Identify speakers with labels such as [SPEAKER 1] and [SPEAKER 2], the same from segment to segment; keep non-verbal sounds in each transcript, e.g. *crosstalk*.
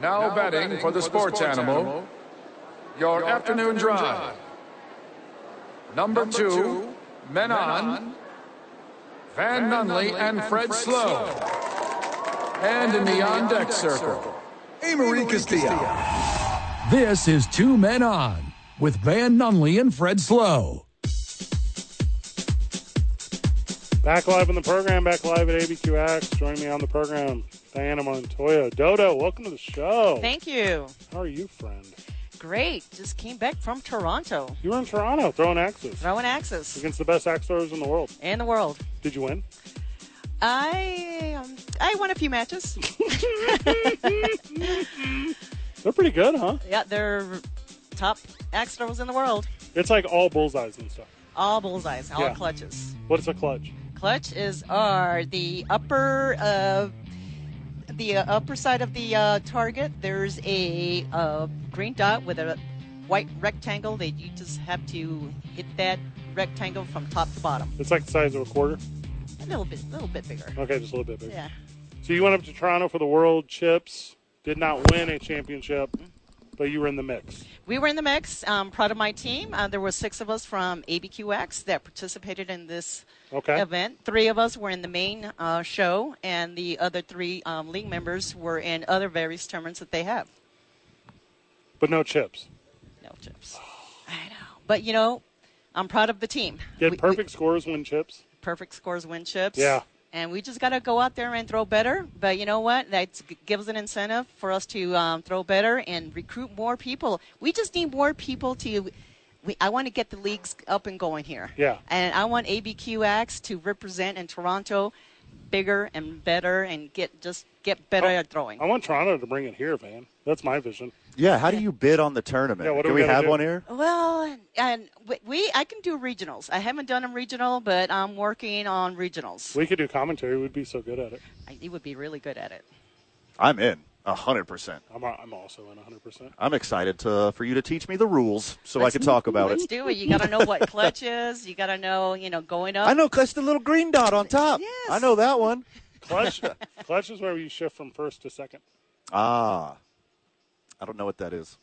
[SPEAKER 1] Now, betting, for the sports, animal, your, afternoon, drive. Number,
[SPEAKER 2] Number
[SPEAKER 1] two,
[SPEAKER 2] two,
[SPEAKER 1] Men On, Van Nunley and Fred Slow. And in the on deck circle,
[SPEAKER 3] Amory Castillo.
[SPEAKER 4] This is Two Men On with Van Nunley and Fred Slow.
[SPEAKER 5] Back live on the program, back live at ABQX. Joining me on the program, Diana Montoya. Dodo, welcome to the show.
[SPEAKER 6] Thank you.
[SPEAKER 5] How are you, friend?
[SPEAKER 6] Great. Just came back from Toronto.
[SPEAKER 5] You were in Toronto throwing axes
[SPEAKER 6] Throwing axes
[SPEAKER 5] against the best axe throwers in the world.
[SPEAKER 6] in the world.
[SPEAKER 5] Did you win?
[SPEAKER 6] I um, I won a few matches.
[SPEAKER 5] They're pretty good, huh?
[SPEAKER 6] yeah, they're top axe throwers in the world.
[SPEAKER 5] It's like all bullseyes and stuff.
[SPEAKER 6] All bullseyes, all
[SPEAKER 5] Yeah.
[SPEAKER 6] clutches.
[SPEAKER 5] What's a clutch?
[SPEAKER 6] Clutch is are the upper uh, the uh, upper side of the uh, target. There's a uh, green dot with a white rectangle that you just have to hit that rectangle from top to bottom.
[SPEAKER 5] It's like the size of a quarter.
[SPEAKER 6] A little bit, little bit bigger.
[SPEAKER 5] Okay, just a little bit bigger.
[SPEAKER 6] Yeah.
[SPEAKER 5] So you went up to Toronto for the World Chips. Did not win a championship, but you were in the mix.
[SPEAKER 6] We were in the mix. Um, proud of my team. Uh, there were six of us from ABQX that participated in this
[SPEAKER 5] Okay.
[SPEAKER 6] event. Three of us were in the main uh, show, and the other three um, league members were in other various tournaments that they have.
[SPEAKER 5] But no chips.
[SPEAKER 6] No chips. I know. But you know, I'm proud of the team.
[SPEAKER 5] Did
[SPEAKER 6] We- we-
[SPEAKER 5] perfect scores win chips?
[SPEAKER 6] perfect scores win chips.
[SPEAKER 5] Yeah.
[SPEAKER 6] And we just got to go out there and throw better. But you know what? That gives an incentive for us to um, throw better and recruit more people. We just need more people to. We, I want to get the leagues up and going here.
[SPEAKER 5] Yeah.
[SPEAKER 6] And I want ABQX to represent in Toronto bigger and better and get just get better
[SPEAKER 5] Oh,
[SPEAKER 6] at throwing.
[SPEAKER 5] I want Toronto to bring it here, man. That's my vision.
[SPEAKER 7] Yeah, how do you bid on the tournament?
[SPEAKER 5] Yeah, what do
[SPEAKER 7] Can
[SPEAKER 5] we
[SPEAKER 7] we,
[SPEAKER 5] gotta
[SPEAKER 7] have
[SPEAKER 5] do?
[SPEAKER 7] one here?
[SPEAKER 6] Well, and- and we- we I can do regionals. I haven't done a regional, but I'm working on regionals.
[SPEAKER 5] We could do commentary. We'd be so good at it.
[SPEAKER 6] I, you would be really good at it.
[SPEAKER 7] I'm in. a 100%.
[SPEAKER 5] I'm, I'm also in 100%.
[SPEAKER 7] I'm excited to, for you to teach me the rules so I can talk about
[SPEAKER 6] Let's
[SPEAKER 7] it.
[SPEAKER 6] do it. You got to know what clutch is. You got to know, you know, going up.
[SPEAKER 7] I know, that's the little green dot on top.
[SPEAKER 6] Yes.
[SPEAKER 7] I know that one. *laughs*
[SPEAKER 5] Clutch, clutch is where you shift from first to second.
[SPEAKER 7] Ah, I don't know what that is.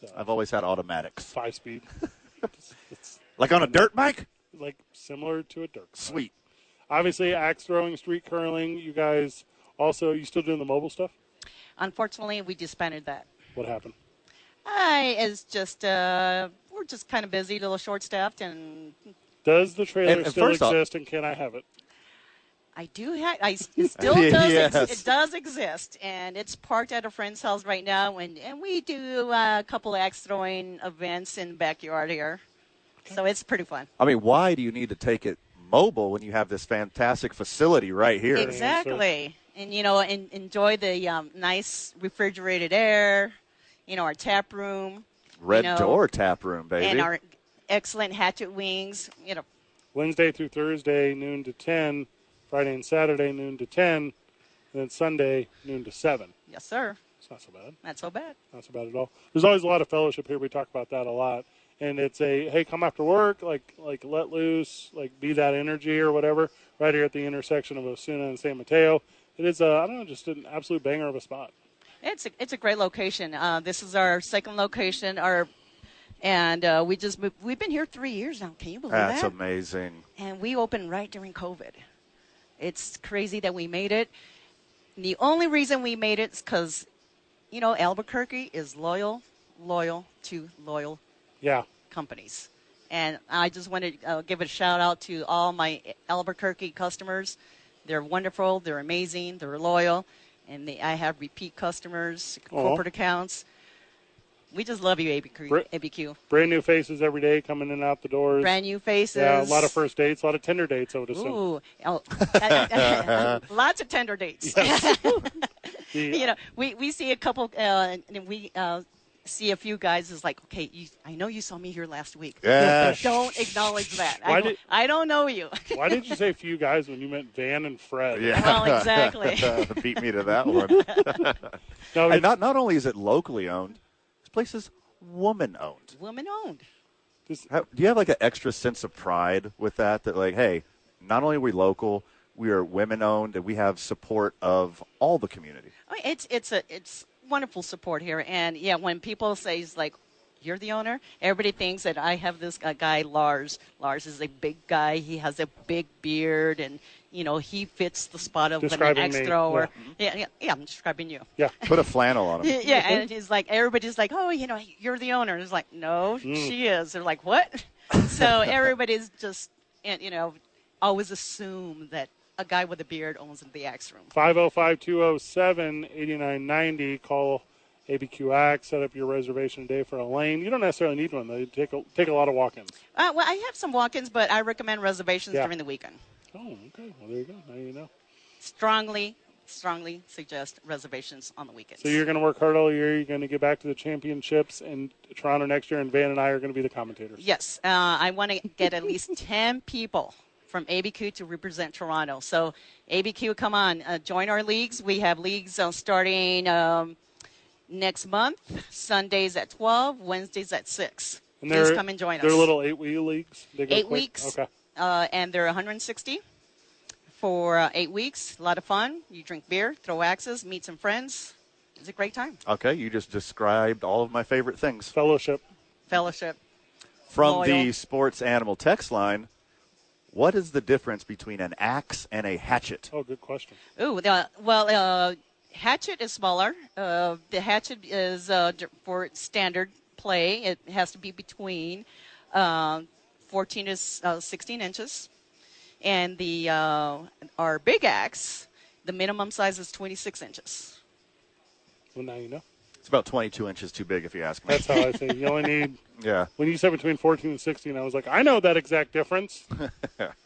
[SPEAKER 5] So
[SPEAKER 7] I've always had automatics.
[SPEAKER 5] five speed. it's, it's
[SPEAKER 7] Like on a dirt bike?
[SPEAKER 5] like similar to a dirt.
[SPEAKER 7] Sweet.
[SPEAKER 5] Obviously, axe throwing, street curling. You guys also, you still doing the mobile stuff?
[SPEAKER 6] Unfortunately, we disbanded that.
[SPEAKER 5] What happened?
[SPEAKER 6] I is just uh, we're just kind of busy, a little short-staffed, and
[SPEAKER 5] Does the trailer
[SPEAKER 7] And- and
[SPEAKER 5] still
[SPEAKER 7] first off-
[SPEAKER 5] exist and can I have it?
[SPEAKER 6] I do have. I s-
[SPEAKER 7] *laughs*
[SPEAKER 6] it still does. Ex-
[SPEAKER 7] Yes.
[SPEAKER 6] it does exist, and it's parked at a friend's house right now, and and we do uh, a couple of axe throwing events in the backyard here, so it's pretty fun.
[SPEAKER 7] I mean, why do you need to take it mobile when you have this fantastic facility right here?
[SPEAKER 6] Exactly. And you know, and enjoy the um, nice refrigerated air, you know, our tap room,
[SPEAKER 7] Red
[SPEAKER 6] you know,
[SPEAKER 7] Door Tap Room, baby.
[SPEAKER 6] and our excellent hatchet wings. You know,
[SPEAKER 5] Wednesday through Thursday, noon to 10. Friday and Saturday, noon to 10. And then Sunday, noon to 7.
[SPEAKER 6] yes, sir.
[SPEAKER 5] It's not so bad.
[SPEAKER 6] Not so bad.
[SPEAKER 5] Not so bad at all. There's always a lot of fellowship here. We talk about that a lot, and it's a hey, come after work, like like let loose, like be that energy or whatever. Right here at the intersection of Osuna and San Mateo, it is uh, I don't know, just an absolute banger of a spot.
[SPEAKER 6] It's a, it's a great location. Uh, this is our second location. Our and uh, we just moved, we've been here three years now. Can you believe
[SPEAKER 7] That's
[SPEAKER 6] that?
[SPEAKER 7] amazing.
[SPEAKER 6] and we opened right during COVID. It's crazy that we made it. The only reason we made it is because, you know, Albuquerque is loyal, loyal to loyal
[SPEAKER 5] Yeah,
[SPEAKER 6] companies. And I just want to uh, give a shout out to all my Albuquerque customers. They're wonderful, they're amazing, they're loyal, and they, I have repeat customers, corporate accounts. We just love you, ABQ.
[SPEAKER 5] Brit-
[SPEAKER 6] ABQ.
[SPEAKER 5] brand new faces every day coming in and out the doors.
[SPEAKER 6] Brand new faces.
[SPEAKER 5] yeah, a lot of first dates, a lot of Tinder dates. I would assume.
[SPEAKER 6] Ooh,
[SPEAKER 5] *laughs*
[SPEAKER 6] oh, *laughs* lots of tender dates. *laughs*
[SPEAKER 5] The-
[SPEAKER 6] you know, we, we see a couple, uh, and and we uh, see a few guys is like, okay, you, I know you saw me here last week.
[SPEAKER 7] Yeah.
[SPEAKER 6] *laughs* Don't acknowledge that.
[SPEAKER 5] Why
[SPEAKER 6] I don't,
[SPEAKER 5] did-
[SPEAKER 6] I don't know you.
[SPEAKER 5] why did you say few guys when you meant Van and Fred? *laughs*
[SPEAKER 6] well, exactly. *laughs*
[SPEAKER 7] *laughs* Beat me to that one.
[SPEAKER 5] No,
[SPEAKER 7] and
[SPEAKER 5] it,
[SPEAKER 7] not not only is it locally owned, this place is woman owned.
[SPEAKER 6] Woman owned.
[SPEAKER 7] Do you have like an extra sense of pride with that? That like, hey, not only are we local, we are women owned, and we have support of all the community.
[SPEAKER 6] I mean, it's it's a it's wonderful support here. And yeah, when people say it's like, you're the owner, everybody thinks that I have this uh, guy Lars. Lars is a big guy. He has a big beard, and you know he fits the spot of an
[SPEAKER 5] Describing
[SPEAKER 6] axe
[SPEAKER 5] me,
[SPEAKER 6] thrower. Yeah. yeah, yeah, I'm describing you.
[SPEAKER 5] Yeah.
[SPEAKER 7] Put a flannel on him.
[SPEAKER 6] *laughs* Yeah, yeah, and it's like everybody's like, "Oh, you know, you're the owner." It's like, "No,
[SPEAKER 5] Hmm.
[SPEAKER 6] she is." They're like,
[SPEAKER 5] *laughs*
[SPEAKER 6] "What?" so everybody's just, and you know, always assume that a guy with a beard owns the axe room.
[SPEAKER 5] 505-207-8990. Call ABQX. Set up your reservation today for a lane. You don't necessarily need one. They take a, take a lot of walk-ins.
[SPEAKER 6] Uh, well, I have some walk-ins, but I recommend reservations
[SPEAKER 5] Yeah.
[SPEAKER 6] during the weekend.
[SPEAKER 5] Oh, okay. Well, there you go. Now you know.
[SPEAKER 6] Strongly, strongly suggest reservations on the weekends.
[SPEAKER 5] So you're going to work hard all year. You're going to get back to the championships in Toronto next year, and Van and I are going to be the commentators.
[SPEAKER 6] Yes, uh, I want to get at least 10 people from ABQ to represent Toronto. So, ABQ, come on, uh, join our leagues. We have leagues uh, starting um, next month, Sundays at 12, Wednesdays at 6.
[SPEAKER 5] And
[SPEAKER 6] Please
[SPEAKER 5] they're-
[SPEAKER 6] come and join us.
[SPEAKER 5] They're little eight-week leagues. They go
[SPEAKER 6] Eight
[SPEAKER 5] quick.
[SPEAKER 6] weeks,
[SPEAKER 5] Okay.
[SPEAKER 6] uh, and they're 160 for uh, eight weeks. A lot of fun. You drink beer, throw axes, meet some friends. It's a great time.
[SPEAKER 7] Okay, you just described all of my favorite things.
[SPEAKER 5] Fellowship.
[SPEAKER 6] Fellowship.
[SPEAKER 7] From
[SPEAKER 6] Loyal.
[SPEAKER 7] the sports animal text line, what is the difference between an axe and a hatchet?
[SPEAKER 5] Oh, good question.
[SPEAKER 6] Ooh, the, well, uh, hatchet is smaller. Uh, the hatchet is uh, d- for standard play. It has to be between uh, 14 to s- uh, 16 inches, and the uh, our big axe, the minimum size is 26 inches.
[SPEAKER 5] Well, now you know.
[SPEAKER 7] It's about 22 inches too big, if you ask me.
[SPEAKER 5] That's how I say. You only need.
[SPEAKER 7] yeah.
[SPEAKER 5] When you said between 14 and 16, I was like, I know that exact
[SPEAKER 6] *laughs*
[SPEAKER 5] difference.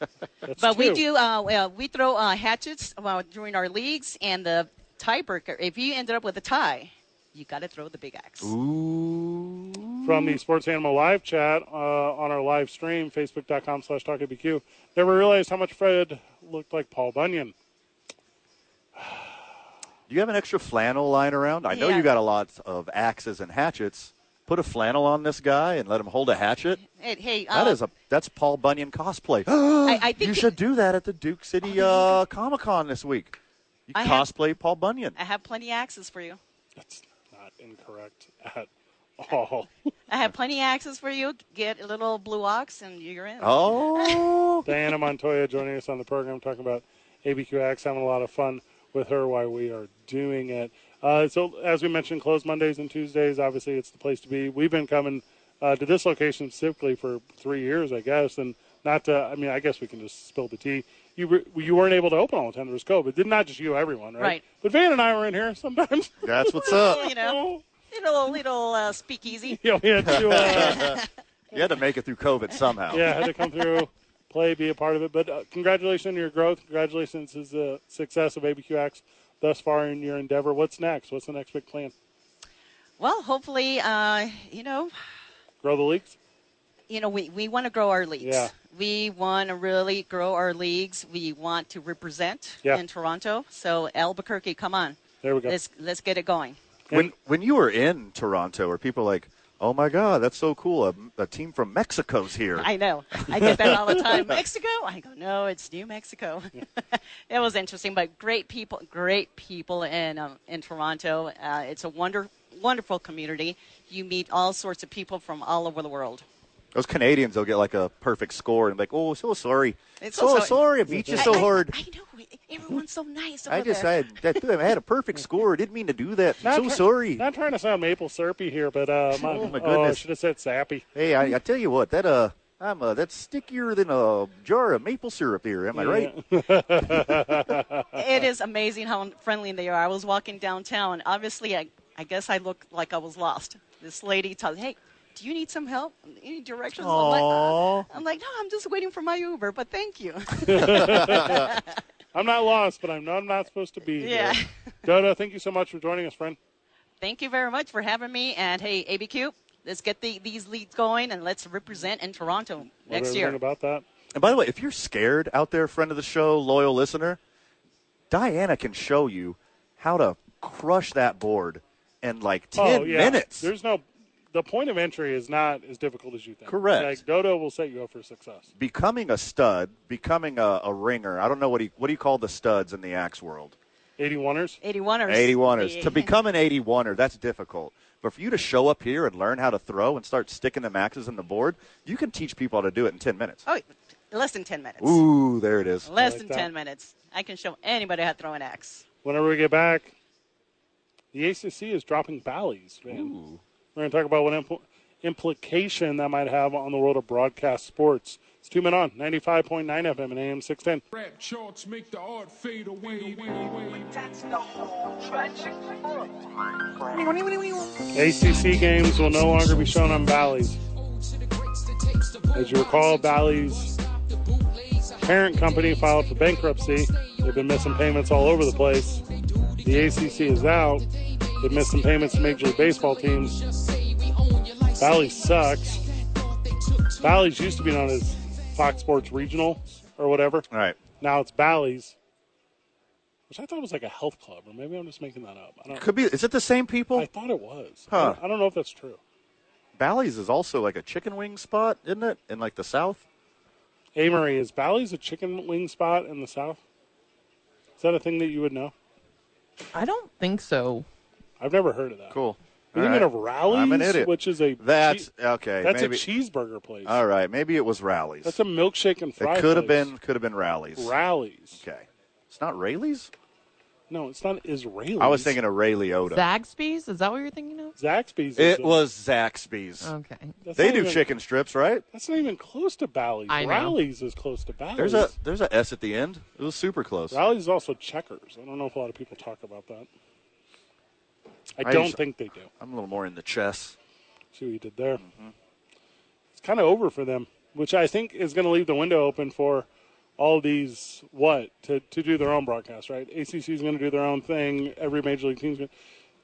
[SPEAKER 5] That's
[SPEAKER 6] But we
[SPEAKER 5] two.
[SPEAKER 6] do uh, we, uh, we throw uh, hatchets uh, during our leagues, and the tiebreaker. If you ended up with a tie, you got to throw the big axe.
[SPEAKER 7] Ooh.
[SPEAKER 5] from the Sports Animal live chat uh, on our live stream, facebook.com slash talkabq. Never realized how much Fred looked like Paul Bunyan.
[SPEAKER 7] Do you have an extra flannel lying around? I know
[SPEAKER 6] Yeah.
[SPEAKER 7] you got a lot of axes and hatchets. Put a flannel on this guy and let him hold a hatchet.
[SPEAKER 6] Hey, hey uh,
[SPEAKER 7] That is a that's Paul Bunyan cosplay.
[SPEAKER 6] *gasps* I think
[SPEAKER 7] you
[SPEAKER 6] it-
[SPEAKER 7] should do that at the Duke City uh, Comic Con this week. You
[SPEAKER 6] I have-
[SPEAKER 7] cosplay Paul Bunyan.
[SPEAKER 6] I have plenty of axes for you.
[SPEAKER 5] That's not incorrect at all.
[SPEAKER 6] I have plenty of axes for you. Get a little blue ox and you're in.
[SPEAKER 7] *laughs* Oh,
[SPEAKER 5] Diana Montoya joining us on the program talking about ABQX. Having a lot of fun with her while we are doing it. Uh, so, as we mentioned, closed Mondays and Tuesdays. Obviously, it's the place to be. We've been coming uh, to this location specifically for three years, I guess, and not to. I mean, I guess we can just spill the tea. You were, you weren't able to open all the time. There was COVID. Did not just you, everyone, right?
[SPEAKER 6] Right.
[SPEAKER 5] But Van and I were in here sometimes.
[SPEAKER 7] that's what's up.
[SPEAKER 5] *laughs*
[SPEAKER 6] you know, little little uh, speakeasy.
[SPEAKER 5] yeah, we had to. Uh,
[SPEAKER 7] You had to make it through COVID somehow.
[SPEAKER 5] yeah, had to come through, play, be a part of it. But uh, congratulations on your growth. Congratulations to the success of ABQX thus far in your endeavor. What's next? What's the next big plan?
[SPEAKER 6] Well, hopefully, uh, you know,
[SPEAKER 5] Grow the leagues?
[SPEAKER 6] you know, we, we want to grow our leagues.
[SPEAKER 5] Yeah.
[SPEAKER 6] We want to really grow our leagues. We want to represent
[SPEAKER 5] Yeah.
[SPEAKER 6] in Toronto. So Albuquerque, come on,
[SPEAKER 5] There we go.
[SPEAKER 6] let's let's get it going.
[SPEAKER 7] When when you were in Toronto, were people like, "Oh my God, that's so cool! A, a team from Mexico's here."
[SPEAKER 6] I know. I get that all the time. Mexico? I go, no, it's New Mexico. *laughs* it was interesting, but great people, great people in um, in Toronto. Uh, it's a wonder, wonderful community. You meet all sorts of people from all over the world.
[SPEAKER 7] Those Canadians, they'll get like a perfect score and like, "Oh, so sorry,
[SPEAKER 6] It's
[SPEAKER 7] so,
[SPEAKER 6] so-
[SPEAKER 7] sorry, I beat you so
[SPEAKER 6] I,
[SPEAKER 7] hard."
[SPEAKER 6] I, I know. Everyone's so nice over
[SPEAKER 7] I just
[SPEAKER 6] there.
[SPEAKER 7] I had that I had
[SPEAKER 5] *laughs*
[SPEAKER 7] a perfect score. I didn't mean to do that. I'm so
[SPEAKER 5] try-
[SPEAKER 7] sorry.
[SPEAKER 5] Not trying to sound maple syrupy here, but uh, my,
[SPEAKER 7] Oh, my
[SPEAKER 5] I
[SPEAKER 7] goodness.
[SPEAKER 5] should have said sappy.
[SPEAKER 7] Hey, I, I tell you what, that uh, I'm uh, that's stickier than a jar of maple syrup here. Am I right?
[SPEAKER 6] it is amazing how friendly they are. I was walking downtown. Obviously, I, I guess I looked like I was lost. This lady tells, hey, do you need some help? Any directions? I'm like,
[SPEAKER 7] Aw.
[SPEAKER 6] I'm like, no, I'm just waiting for my Uber, but thank you. *laughs*
[SPEAKER 5] I'm not lost, but I'm not, I'm not supposed to be *laughs*
[SPEAKER 6] Yeah.
[SPEAKER 5] here. Dodo, thank you so much for joining us, friend.
[SPEAKER 6] Thank you very much for having me. And hey, ABQ, let's get the, these leads going and let's represent in Toronto
[SPEAKER 5] Love
[SPEAKER 6] next
[SPEAKER 5] everything
[SPEAKER 6] year.
[SPEAKER 5] about that.
[SPEAKER 7] And by the way, if you're scared out there, friend of the show, loyal listener, Diana can show you how to crush that board in like 10
[SPEAKER 5] oh, yeah.
[SPEAKER 7] minutes.
[SPEAKER 5] There's no. The point of entry is not as difficult as you think.
[SPEAKER 7] Correct.
[SPEAKER 5] Like Dodo will set you up for success.
[SPEAKER 7] Becoming a stud, becoming a, a ringer. I don't know what he what do you call the studs in the axe world.
[SPEAKER 5] 81ers.
[SPEAKER 6] 81ers.
[SPEAKER 7] 81ers.
[SPEAKER 6] The-
[SPEAKER 7] To become an 81er, that's difficult. But for you to show up here and learn how to throw and start sticking the maxes in the board, you can teach people how to do it in 10 minutes.
[SPEAKER 6] Oh, less than 10 minutes.
[SPEAKER 7] Ooh, there it is.
[SPEAKER 6] Less
[SPEAKER 5] like
[SPEAKER 6] than
[SPEAKER 5] that.
[SPEAKER 6] 10 minutes. I can show anybody how to throw an axe.
[SPEAKER 5] Whenever we get back, the ACC is dropping Bally's, man. We're going to talk about what impl- implication that might have on the world of broadcast sports. It's two men on 95.9 FM and AM 610.
[SPEAKER 1] Rap shorts make the art fade away.
[SPEAKER 2] That's the whole tragic point.
[SPEAKER 5] ACC games will no longer be shown on Bally's. As you recall, Bally's parent company filed for bankruptcy. They've been missing payments all over the place. The ACC is out. They've missed some payments to Major League Baseball teams. Bally's sucks. Bally's used to be known as Fox Sports Regional or whatever.
[SPEAKER 7] All right.
[SPEAKER 5] Now it's Bally's, which I thought was like a health club, or maybe I'm just making that up. I, don't,
[SPEAKER 7] Could be. Is it the same people?
[SPEAKER 5] I thought it was.
[SPEAKER 7] Huh.
[SPEAKER 5] I don't know if that's true.
[SPEAKER 7] Bally's is also like a chicken wing spot, isn't it? In like the South.
[SPEAKER 5] Amory, is Bally's a chicken wing spot in the South? Is that a thing that you would know?
[SPEAKER 8] I don't think so.
[SPEAKER 5] I've never heard of that.
[SPEAKER 7] Cool.
[SPEAKER 5] You're
[SPEAKER 7] All
[SPEAKER 5] thinking of
[SPEAKER 7] right.
[SPEAKER 5] Rallies,
[SPEAKER 7] I'm an idiot.
[SPEAKER 5] which is a
[SPEAKER 7] That's
[SPEAKER 5] chee-
[SPEAKER 7] okay.
[SPEAKER 5] that's
[SPEAKER 7] maybe,
[SPEAKER 5] a cheeseburger place.
[SPEAKER 7] All right, maybe it was Rallies.
[SPEAKER 5] That's a milkshake and fry.
[SPEAKER 7] it could have
[SPEAKER 5] place.
[SPEAKER 7] been could have been Rallies.
[SPEAKER 5] Rallies.
[SPEAKER 7] okay, it's not Rayleigh's.
[SPEAKER 5] No, it's not Israeli.
[SPEAKER 7] I was thinking of Ray Liotta.
[SPEAKER 8] Zaxby's? Is that what you're thinking of?
[SPEAKER 5] Zaxby's. is
[SPEAKER 7] it
[SPEAKER 5] a-
[SPEAKER 7] was Zaxby's.
[SPEAKER 8] Okay.
[SPEAKER 5] that's
[SPEAKER 7] they
[SPEAKER 5] not
[SPEAKER 7] do
[SPEAKER 5] even-
[SPEAKER 7] chicken strips, right?
[SPEAKER 5] That's not even close to Bally's.
[SPEAKER 8] I know.
[SPEAKER 5] Rallies is close to Bally's.
[SPEAKER 7] There's a there's a S at the end. It was super close.
[SPEAKER 5] Rallies is also checkers. I don't know if a lot of people talk about that. I
[SPEAKER 7] I
[SPEAKER 5] don't
[SPEAKER 7] used-
[SPEAKER 5] think they do.
[SPEAKER 7] I'm a little more in the chess.
[SPEAKER 5] See what he did there.
[SPEAKER 7] Mm-hmm.
[SPEAKER 5] It's kind of over for them, which I think is going to leave the window open for all these what to, to do their own broadcast. Right? ACC is going to do their own thing. Every major league team's going.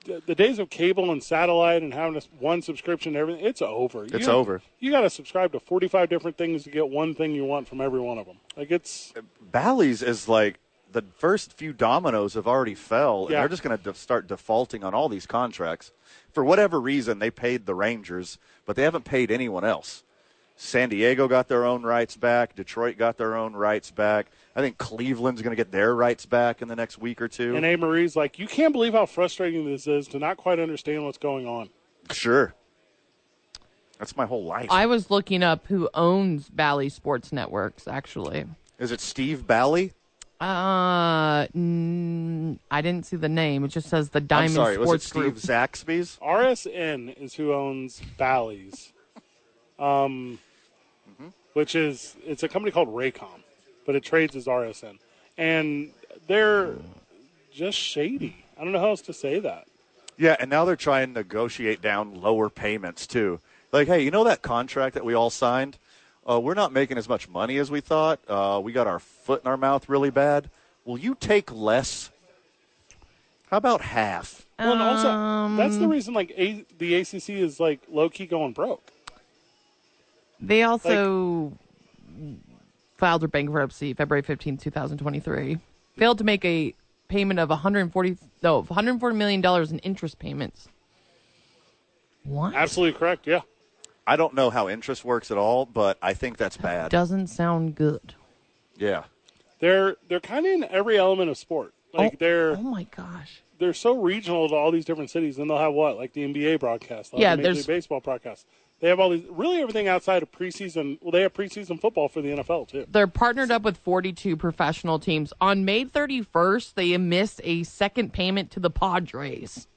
[SPEAKER 5] to The days of cable and satellite and having a s- one subscription to everything, it's over.
[SPEAKER 7] It's
[SPEAKER 5] You-
[SPEAKER 7] over.
[SPEAKER 5] You got to subscribe to 45 different things to get one thing you want from every one of them. Like, it's
[SPEAKER 7] Bally's is like the first few dominoes have already fell,
[SPEAKER 5] Yeah.
[SPEAKER 7] and they're just going to de- start defaulting on all these contracts. For whatever reason, they paid the Rangers, but they haven't paid anyone else. San Diego got their own rights back. Detroit got their own rights back. I think Cleveland's going to get their rights back in the next week or two.
[SPEAKER 5] and A. Marie's like, you can't believe how frustrating this is to not quite understand what's going on.
[SPEAKER 7] sure. That's my whole life.
[SPEAKER 8] I was looking up who owns Bally Sports Networks, actually.
[SPEAKER 7] is it Steve Bally?
[SPEAKER 8] Uh, mm, I didn't see the name. It just says the
[SPEAKER 7] I'm
[SPEAKER 8] Diamond
[SPEAKER 7] sorry. Was it
[SPEAKER 8] Sports
[SPEAKER 7] Steve
[SPEAKER 8] Group.
[SPEAKER 7] Zaxby's?
[SPEAKER 5] RSN is who owns Bally's, um, which is it's a company called Raycom, but it trades as RSN, and they're just shady. I don't know how else to say that.
[SPEAKER 7] Yeah, and now they're trying to negotiate down lower payments too. Like, hey, you know that contract that we all signed? Uh, we're not making as much money as we thought. Uh, we got our foot in our mouth really bad. Will you take less? How about half?
[SPEAKER 5] Well, and
[SPEAKER 8] Um,
[SPEAKER 5] also that's the reason like a- the ACC is like low key going broke.
[SPEAKER 8] They also filed for bankruptcy February fifteenth, two 2023. Failed to make a payment of 140 no, 140 million dollars in interest payments. What?
[SPEAKER 5] Absolutely correct. Yeah,
[SPEAKER 7] I don't know how interest works at all, but I think that's bad.
[SPEAKER 8] Doesn't sound good.
[SPEAKER 7] Yeah.
[SPEAKER 5] they're they're kind of in every element of sport. Like
[SPEAKER 8] oh,
[SPEAKER 5] they're
[SPEAKER 8] Oh my gosh.
[SPEAKER 5] they're so regional to all these different cities, and they'll have what like the NBA broadcast, they'll have the
[SPEAKER 8] Yeah,
[SPEAKER 5] Major
[SPEAKER 8] there's-
[SPEAKER 5] League Baseball broadcast. They have all these really everything outside of preseason. Well, they have preseason football for the NFL too.
[SPEAKER 8] They're partnered up with 42 professional teams. On May 31st, they missed a second payment to the Padres.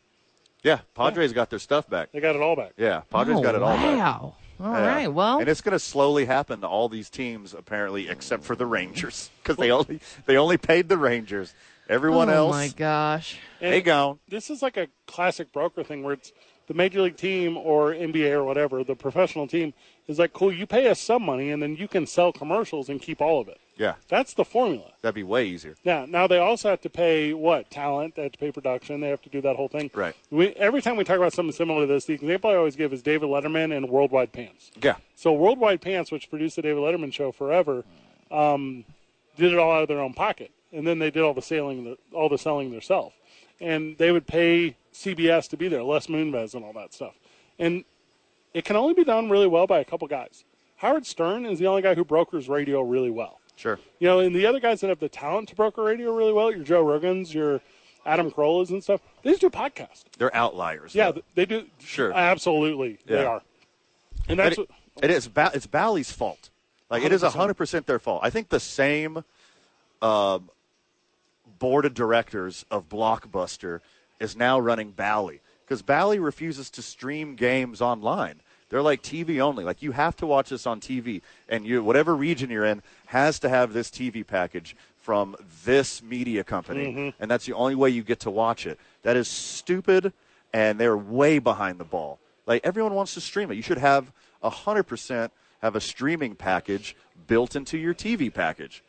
[SPEAKER 7] Yeah, Padres got their stuff back.
[SPEAKER 5] They got it all back.
[SPEAKER 7] Yeah, Padres
[SPEAKER 8] oh,
[SPEAKER 7] got it all back.
[SPEAKER 8] Wow. All right.
[SPEAKER 7] Yeah.
[SPEAKER 8] Well,
[SPEAKER 7] and it's going to slowly happen to all these teams, apparently, except for the Rangers, *laughs* because they only they only paid the Rangers. Everyone
[SPEAKER 8] oh
[SPEAKER 7] else,
[SPEAKER 8] my gosh.
[SPEAKER 7] they gone.
[SPEAKER 5] This is like a classic broker thing where it's the major league team or NBA or whatever, the professional team is like, cool, you pay us some money and then you can sell commercials and keep all of it.
[SPEAKER 7] Yeah,
[SPEAKER 5] That's the formula.
[SPEAKER 7] that'd be way easier.
[SPEAKER 5] Now, now they also have to pay what talent. They have to pay production. They have to do that whole thing.
[SPEAKER 7] Right.
[SPEAKER 5] We, every time we talk about something similar to this, the example I always give is David Letterman and Worldwide Pants.
[SPEAKER 7] Yeah.
[SPEAKER 5] So Worldwide Pants, which produced the David Letterman show forever, um, did it all out of their own pocket, and then they did all the selling, all the selling themselves, and they would pay CBS to be there, Les Moonves and all that stuff, and it can only be done really well by a couple guys. Howard Stern is the only guy who brokers radio really well.
[SPEAKER 7] Sure.
[SPEAKER 5] You know, and the other guys that have the talent to broker radio really well, your Joe Rogans, your Adam Carolla's and stuff, they just do podcasts.
[SPEAKER 7] They're outliers.
[SPEAKER 5] Yeah,
[SPEAKER 7] though.
[SPEAKER 5] th- they do.
[SPEAKER 7] Sure.
[SPEAKER 5] absolutely, they
[SPEAKER 7] Yeah.
[SPEAKER 5] are. And
[SPEAKER 7] And
[SPEAKER 5] that's
[SPEAKER 7] it,
[SPEAKER 5] what-
[SPEAKER 7] it is ba- it's Bally's fault. Like it is
[SPEAKER 5] 100%.
[SPEAKER 7] hundred percent their fault. I think the same um, board of directors of Blockbuster is now running Bally because Bally refuses to stream games online. They're like TV only. Like you have to watch this on TV, and you whatever region you're in has to have this TV package from this media company, and that's the only way you get to watch it. That is stupid, and they're way behind the ball. Like everyone wants to stream it. You should have hundred percent have a streaming package built into your TV package.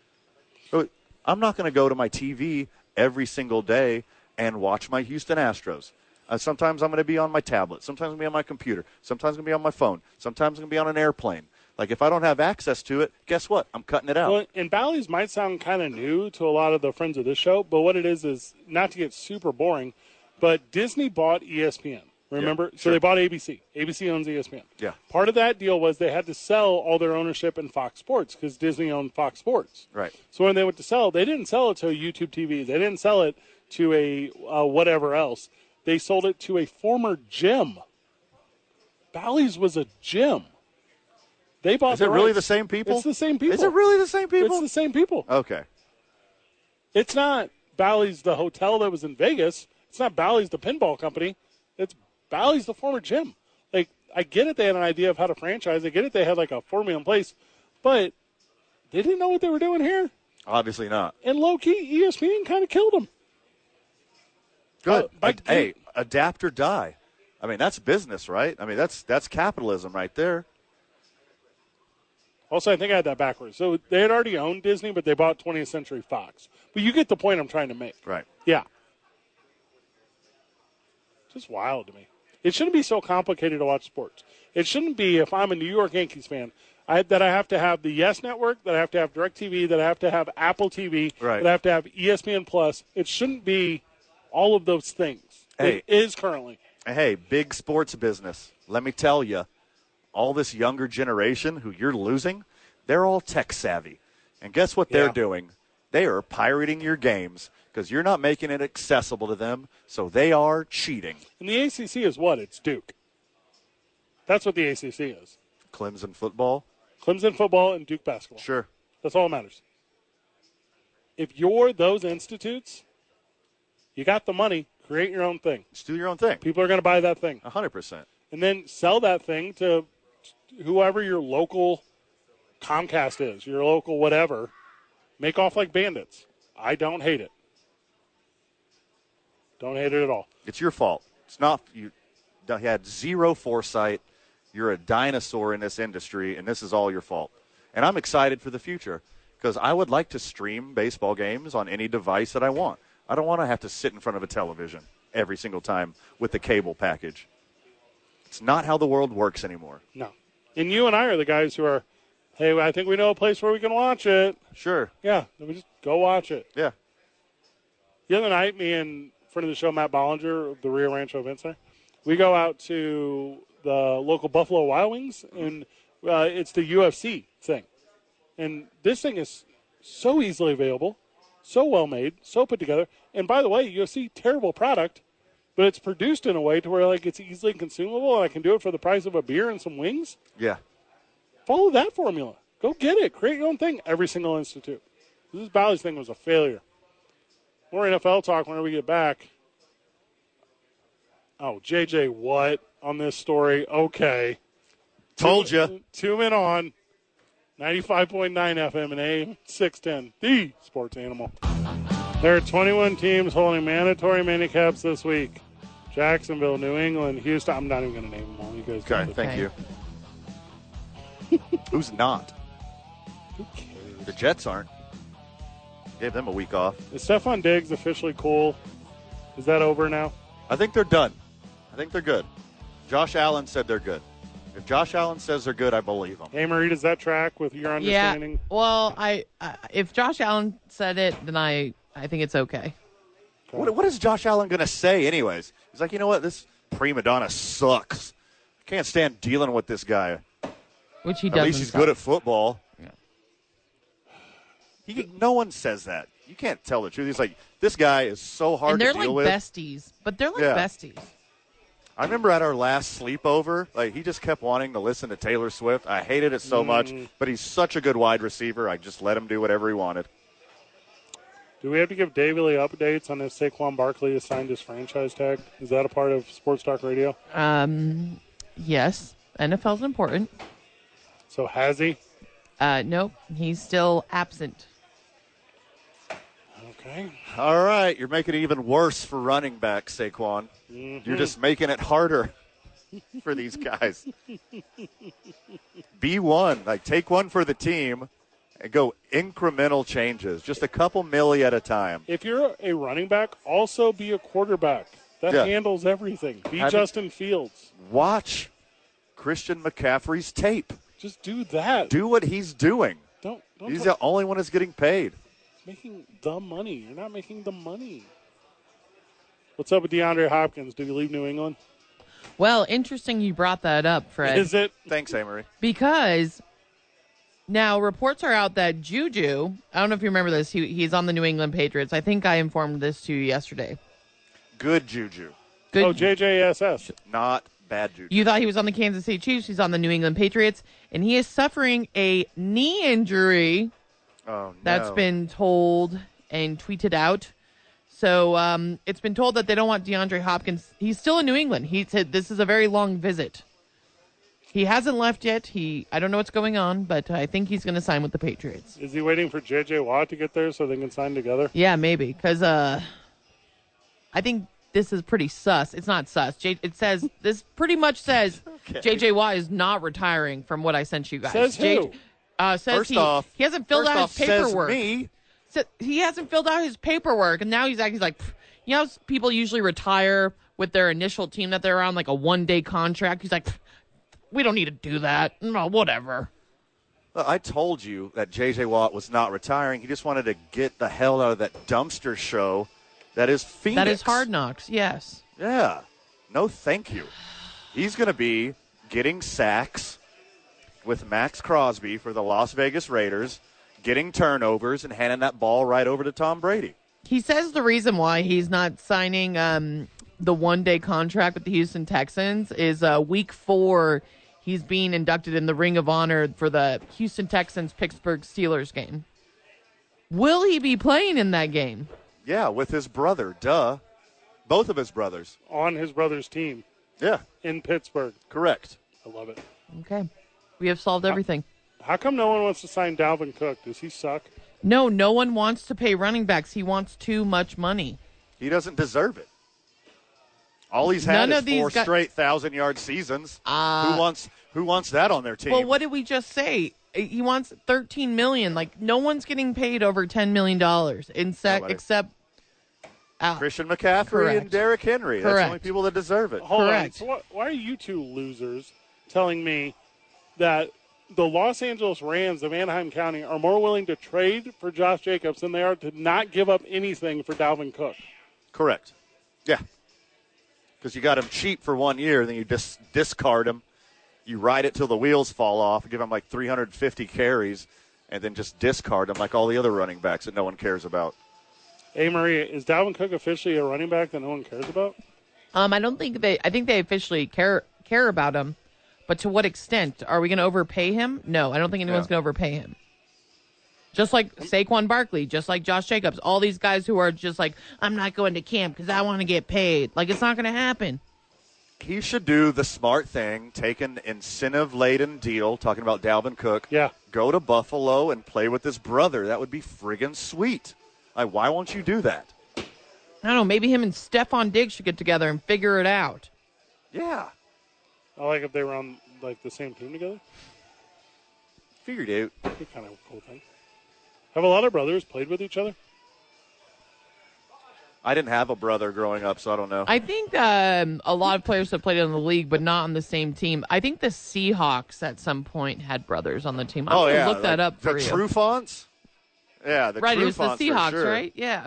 [SPEAKER 7] So I'm not going to go to my TV every single day and watch my Houston Astros. Uh, sometimes I'm going to be on my tablet. Sometimes I'm going to be on my computer. Sometimes I'm going to be on my phone. Sometimes I'm going to be on an airplane. Like if I don't have access to it, guess what? I'm cutting it out.
[SPEAKER 5] Well, and Bally's might sound kind of new to a lot of the friends of this show, but what it is is not to get super boring, but Disney bought E ESPN. Remember? So
[SPEAKER 7] sure.
[SPEAKER 5] they bought ABC. ABC owns E ESPN.
[SPEAKER 7] Yeah.
[SPEAKER 5] Part of that deal was they had to sell all their ownership in Fox Sports because Disney owned Fox Sports.
[SPEAKER 7] Right.
[SPEAKER 5] So when they went to sell, they didn't sell it to YouTube TV. They didn't sell it to a uh, whatever else. They sold it to a former gym. Bally's was a gym. They bought.
[SPEAKER 7] Is it really
[SPEAKER 5] rights.
[SPEAKER 7] the same people?
[SPEAKER 5] It's the same people.
[SPEAKER 7] Is it really the same people? Uh,
[SPEAKER 5] It's the same people.
[SPEAKER 7] okay.
[SPEAKER 5] It's not Bally's the hotel that was in Vegas. It's not Bally's the pinball company. It's Bally's the former gym. Like I get it, they had an idea of how to franchise. I get it, they had like a formula in place, but they didn't know what they were doing here.
[SPEAKER 7] Obviously not.
[SPEAKER 5] And E low key, ESPN kind of killed them.
[SPEAKER 7] Good.
[SPEAKER 5] Uh, but
[SPEAKER 7] Ad-
[SPEAKER 5] you-
[SPEAKER 7] hey, adapt or die. I mean, that's business, right? I mean, that's that's capitalism right there.
[SPEAKER 5] Also, I think I had that backwards. So they had already owned Disney, but they bought 20th Century Fox. But you get the point I'm trying to make.
[SPEAKER 7] Right.
[SPEAKER 5] Yeah. Just wild to me. It shouldn't be so complicated to watch sports. It shouldn't be if I'm a New York Yankees fan I, that I have to have the Yes Network, that I have to have DirecTV, that I have to have Apple TV,
[SPEAKER 7] Right.
[SPEAKER 5] that I have to have E ESPN Plus. It shouldn't be all of those things.
[SPEAKER 7] Hey.
[SPEAKER 5] It is currently.
[SPEAKER 7] Hey, big sports business. Let me tell you, all this younger generation who you're losing, they're all tech savvy. And guess what they're
[SPEAKER 5] Yeah.
[SPEAKER 7] doing? They are pirating your games because you're not making it accessible to them, so they are cheating.
[SPEAKER 5] And the ACC is what? It's Duke. That's what the ACC is.
[SPEAKER 7] Clemson football?
[SPEAKER 5] Clemson football and Duke basketball.
[SPEAKER 7] Sure.
[SPEAKER 5] That's all that matters. If you're those institutes, you got the money, create your own thing.
[SPEAKER 7] Just do your own thing.
[SPEAKER 5] People are going to buy that thing
[SPEAKER 7] 100%.
[SPEAKER 5] and then sell that thing to whoever your local Comcast is, your local whatever. Make off like bandits. I don't hate it. Don't hate it at all.
[SPEAKER 7] It's your fault. It's not you. You had zero foresight. You're a dinosaur in this industry, and this is all your fault. And I'm excited for the future because I would like to stream baseball games on any device that I want. I don't want to have to sit in front of a television every single time with the cable package. It's not how the world works anymore.
[SPEAKER 5] No. And you and I are the guys who are, hey, I think we know a place where we can watch it.
[SPEAKER 7] Sure.
[SPEAKER 5] Yeah, we just go watch it.
[SPEAKER 7] Yeah.
[SPEAKER 5] The other night, me and friend of the show, Matt Bollinger, of the Rio Rancho Event Center, we go out to the local Buffalo Wild Wings, and uh, it's the UFC thing. And this thing is so easily available, so well made, so put together. And by the way, UFC, terrible product, but it's produced in a way to where like it's easily consumable, and I can do it for the price of a beer and some wings.
[SPEAKER 7] Yeah.
[SPEAKER 5] Follow that formula. Go get it. Create your own thing. Every single institute. This Bally's thing was a failure. More NFL talk whenever we get back. Oh, JJ Watt on this story. Okay.
[SPEAKER 7] Told you.
[SPEAKER 5] Two men on. 95.9 FM and AM 610. The sports animal. There are 21 teams holding mandatory minicaps this week. Jacksonville, New England, Houston. I'm not even going to name them all. You guys
[SPEAKER 7] Okay.
[SPEAKER 5] know the-
[SPEAKER 7] Thank you. *laughs* Who's not?
[SPEAKER 5] Who cares?
[SPEAKER 7] The Jets aren't. Gave them a week off.
[SPEAKER 5] Is Stefan Diggs officially cool? Is that over now?
[SPEAKER 7] I think they're done. I think they're good. Josh Allen said they're good. If Josh Allen says they're good, I believe him.
[SPEAKER 5] Hey, Marie, does that track with your understanding?
[SPEAKER 8] Yeah. Well, I, I if Josh Allen said it, then I I think it's okay.
[SPEAKER 7] What, what is Josh Allen going to say, anyways? He's like, you know what? This prima donna sucks. I can't stand dealing with this guy.
[SPEAKER 8] Which he
[SPEAKER 7] At
[SPEAKER 8] does.
[SPEAKER 7] least he's good at football. He, no one says that. you can't tell the truth. He's like, this guy is so hard
[SPEAKER 8] and they're
[SPEAKER 7] to
[SPEAKER 8] like
[SPEAKER 7] deal with.
[SPEAKER 8] besties, but they're like
[SPEAKER 7] Yeah.
[SPEAKER 8] besties.
[SPEAKER 7] I remember at our last sleepover, like he just kept wanting to listen to Taylor Swift. I hated it so much, but he's such a good wide receiver. I just let him do whatever he wanted.
[SPEAKER 5] Do we have to give Davey updates on if Saquon Barkley has signed his franchise tag? Is that a part of Sports Talk Radio?
[SPEAKER 8] Um, yes, NFL's important.
[SPEAKER 5] So has he?
[SPEAKER 8] Uh, nope, he's still absent.
[SPEAKER 5] Okay.
[SPEAKER 7] All right, you're making it even worse for running back Saquon. You're just making it harder *laughs* for these guys. Be one, like take one for the team, and go incremental changes, just a couple milli at a time.
[SPEAKER 5] If you're a running back, also be a quarterback. That
[SPEAKER 7] Yeah.
[SPEAKER 5] handles everything. Be
[SPEAKER 7] I mean-
[SPEAKER 5] Justin Fields.
[SPEAKER 7] Watch Christian McCaffrey's tape.
[SPEAKER 5] Just do that.
[SPEAKER 7] Do what he's doing.
[SPEAKER 5] don't don't
[SPEAKER 7] He's
[SPEAKER 5] touch-
[SPEAKER 7] the only one that's getting paid.
[SPEAKER 5] making the money. You're not making the money. What's up with DeAndre Hopkins? Did he leave New England?
[SPEAKER 8] Well, interesting you brought that up, Fred.
[SPEAKER 5] Is it?
[SPEAKER 7] Thanks, Amory.
[SPEAKER 8] because now reports are out that Juju, I don't know if you remember this, he, he's on the New England Patriots. I think I informed this to you yesterday.
[SPEAKER 7] Good juju,
[SPEAKER 8] Good.
[SPEAKER 5] Oh, JJSS.
[SPEAKER 7] not bad juju.
[SPEAKER 8] you thought he was on the Kansas City Chiefs, he's on the New England Patriots, and he is suffering a knee injury
[SPEAKER 7] oh, no.
[SPEAKER 8] that's been told and tweeted out. So um, it's been told that they don't want DeAndre Hopkins. He's still in New England. He said this is a very long visit. He hasn't left yet. He I don't know what's going on, but I think he's going to sign with the Patriots.
[SPEAKER 5] Is he waiting for JJ Watt to get there so they can sign together?
[SPEAKER 8] Yeah, maybe because uh, I think this is pretty sus. It's not sus. J- it says this pretty much
[SPEAKER 7] *laughs*
[SPEAKER 8] says JJ Watt is not retiring from what I sent you guys.
[SPEAKER 5] Says
[SPEAKER 8] J-
[SPEAKER 5] who?
[SPEAKER 8] uh, says
[SPEAKER 7] First
[SPEAKER 8] he,
[SPEAKER 7] off,
[SPEAKER 8] he hasn't filled
[SPEAKER 7] first
[SPEAKER 8] out
[SPEAKER 7] off,
[SPEAKER 8] his paperwork.
[SPEAKER 7] Says me,
[SPEAKER 8] So he hasn't filled out his paperwork, and now he's acting like, "Pff," you know, how people usually retire with their initial team that they're on, like a one day contract. He's like, "Pff, we don't need to do that. No, whatever.
[SPEAKER 7] Look, I told you that JJ Watt was not retiring. He just wanted to get the hell out of that dumpster show that is Phoenix.
[SPEAKER 8] That is hard knocks. Yes.
[SPEAKER 7] Yeah. No, thank you. He's going to be getting sacks with Max Crosby for the Las Vegas Raiders, getting turnovers, and handing that ball right over to Tom Brady.
[SPEAKER 8] He says the reason why he's not signing um, the one day contract with the Houston Texans is uh, week four, he's being inducted in the Ring of Honor for the Houston Texans Pittsburgh Steelers game. Will he be playing in that game?
[SPEAKER 7] Yeah, with his brother, duh. Both of his brothers.
[SPEAKER 5] On his brother's team
[SPEAKER 7] Yeah,
[SPEAKER 5] in Pittsburgh.
[SPEAKER 7] correct.
[SPEAKER 5] I love it.
[SPEAKER 8] Okay. We have solved everything.
[SPEAKER 5] How come no one wants to sign Dalvin Cook? Does he suck?
[SPEAKER 8] No, no one wants to pay running backs. He wants too much money.
[SPEAKER 7] He doesn't deserve it. All he's had
[SPEAKER 8] None
[SPEAKER 7] is
[SPEAKER 8] of these
[SPEAKER 7] four
[SPEAKER 8] guy-
[SPEAKER 7] straight thousand yard seasons.
[SPEAKER 8] Uh,
[SPEAKER 7] who wants who wants that on their team?
[SPEAKER 8] Well, what did we just say? He wants 13 million. Like no one's getting paid over 10 million dollars in sec-
[SPEAKER 7] Nobody.
[SPEAKER 8] except Al.
[SPEAKER 7] Christian McCaffrey
[SPEAKER 8] Correct.
[SPEAKER 7] and Derrick Henry. That's the only
[SPEAKER 8] Correct.
[SPEAKER 7] people that deserve it.
[SPEAKER 5] Hold
[SPEAKER 8] Correct.
[SPEAKER 5] on. So why, why are you two losers telling me that the Los Angeles Rams of Anaheim County are more willing to trade for Josh Jacobs than they are to not give up anything for Dalvin Cook?
[SPEAKER 7] Correct. Yeah. Because you got him cheap for one year, then you dis- discard him. You ride it till the wheels fall off, give him like 350 carries, and then just discard him like all the other running backs that no one cares about.
[SPEAKER 5] Hey, Maria, is Dalvin Cook officially a running back that no one cares about?
[SPEAKER 8] Um, I don't think they. I think they officially care care about him, but to what extent are we going to overpay him? No, I don't think anyone's
[SPEAKER 7] Yeah.
[SPEAKER 8] going to overpay him. Just like Saquon Barkley, just like Josh Jacobs, all these guys who are just like, I'm not going to camp because I want to get paid. Like it's not going to happen.
[SPEAKER 7] He should do the smart thing, take an incentive laden deal, talking about Dalvin Cook.
[SPEAKER 5] Yeah.
[SPEAKER 7] Go to Buffalo and play with his brother. That would be friggin' sweet. Like, why won't you do that?
[SPEAKER 8] I don't know. Maybe him and Stephon Diggs should get together and figure it out.
[SPEAKER 7] Yeah.
[SPEAKER 5] I like if they were on like the same team together.
[SPEAKER 7] Figured it out.
[SPEAKER 5] That'd be kind of a cool thing. Have a lot of brothers played with each other?
[SPEAKER 7] I didn't have a brother growing up, so I don't know.
[SPEAKER 8] I think um, a lot of players have played in the league, but not on the same team. I think the Seahawks at some point had brothers on the team. I'll
[SPEAKER 7] oh, yeah.
[SPEAKER 8] look that
[SPEAKER 7] like,
[SPEAKER 8] up for
[SPEAKER 7] the
[SPEAKER 8] you.
[SPEAKER 7] True Fonts? Yeah, the
[SPEAKER 8] right,
[SPEAKER 7] True
[SPEAKER 8] it was the
[SPEAKER 7] Fonts for
[SPEAKER 8] Seahawks,
[SPEAKER 7] sure.
[SPEAKER 8] right? Yeah.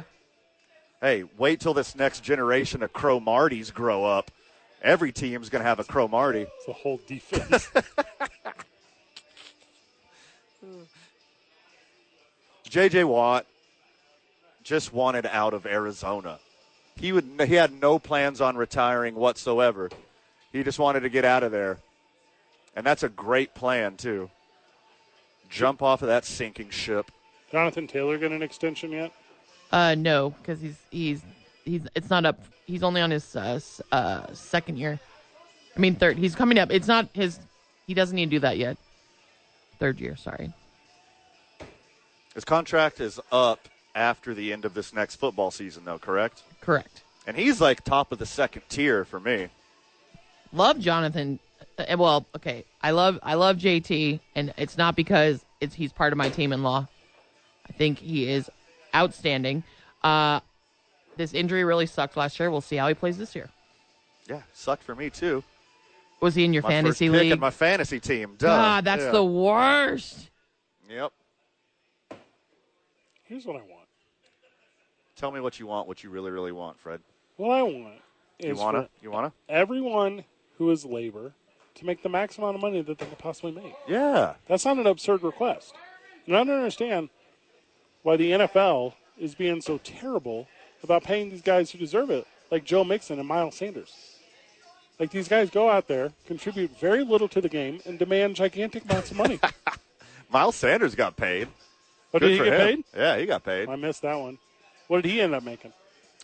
[SPEAKER 7] Hey, wait till this next generation of Crow Martys grow up. Every team's going to have a Crow Marty.
[SPEAKER 5] It's a whole defense.
[SPEAKER 7] *laughs* JJ Watt, just wanted out of Arizona. He would he had no plans on retiring whatsoever. He just wanted to get out of there. And that's a great plan too. Jump off of that sinking ship.
[SPEAKER 5] Jonathan Taylor get an extension yet?
[SPEAKER 8] Uh, no, because he's he's he's it's not up. He's only on his uh, s- uh second year. I mean third. He's coming up. It's not his. He doesn't need to do that yet. Third year. Sorry.
[SPEAKER 7] His contract is up after the end of this next football season though, correct?
[SPEAKER 8] Correct.
[SPEAKER 7] And he's like top of the second tier for me.
[SPEAKER 8] love Jonathan. uh, Well, okay, I love I love JT, and it's not because it's he's part of my team in law. I think he is outstanding. Uh, this injury really sucked last year. We'll see how he plays this year.
[SPEAKER 7] Yeah, sucked for me too.
[SPEAKER 8] Was he in your
[SPEAKER 7] My
[SPEAKER 8] fantasy
[SPEAKER 7] first pick
[SPEAKER 8] league?
[SPEAKER 7] in my fantasy team. Duh.
[SPEAKER 8] God, that's
[SPEAKER 7] Yeah.
[SPEAKER 8] the worst.
[SPEAKER 7] Yep.
[SPEAKER 5] Here's what I want.
[SPEAKER 7] Tell me what you want, what you really, really want, Fred.
[SPEAKER 5] What I want is
[SPEAKER 7] You wanna?
[SPEAKER 5] for
[SPEAKER 7] You wanna?
[SPEAKER 5] everyone who is labor to make the max amount of money that they could possibly make.
[SPEAKER 7] Yeah.
[SPEAKER 5] That's not an absurd request. And I don't understand why the NFL is being so terrible about paying these guys who deserve it, like Joe Mixon and Miles Sanders. Like these guys go out there, contribute very little to the game, and demand gigantic amounts of
[SPEAKER 7] *laughs*
[SPEAKER 5] money.
[SPEAKER 7] Miles Sanders got paid.
[SPEAKER 5] But
[SPEAKER 7] Good
[SPEAKER 5] did he
[SPEAKER 7] for
[SPEAKER 5] get
[SPEAKER 7] him. Yeah, he got paid.
[SPEAKER 5] paid? I missed that one. What did he end up making?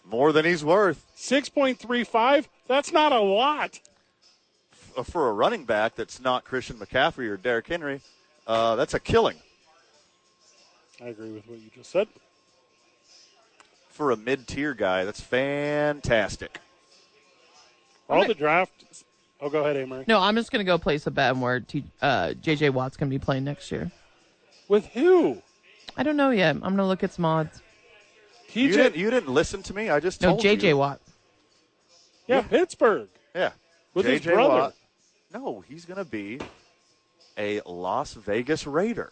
[SPEAKER 7] More than he's worth.
[SPEAKER 5] Six point three five. That's not a lot.
[SPEAKER 7] Uh, For a running back that's not Christian McCaffrey or Derrick Henry, uh, that's a killing.
[SPEAKER 5] I agree with what you just said.
[SPEAKER 7] For a mid tier guy, that's fantastic.
[SPEAKER 5] All the draft. Oh, go ahead, Amory.
[SPEAKER 8] No, I'm just gonna go place a bet on where T, uh, JJ Watt's gonna be playing next year.
[SPEAKER 5] With who?
[SPEAKER 8] I don't know yet. I'm gonna look at some odds.
[SPEAKER 7] You,
[SPEAKER 5] TJ.
[SPEAKER 7] didn't, you didn't listen to me. I just
[SPEAKER 8] No,
[SPEAKER 7] told
[SPEAKER 8] JJ
[SPEAKER 7] you.
[SPEAKER 8] Watt.
[SPEAKER 5] yeah, Pittsburgh.
[SPEAKER 7] Yeah.
[SPEAKER 5] With his
[SPEAKER 7] J.J.
[SPEAKER 5] brother.
[SPEAKER 7] Watt. No, he's going to be a Las Vegas Raider.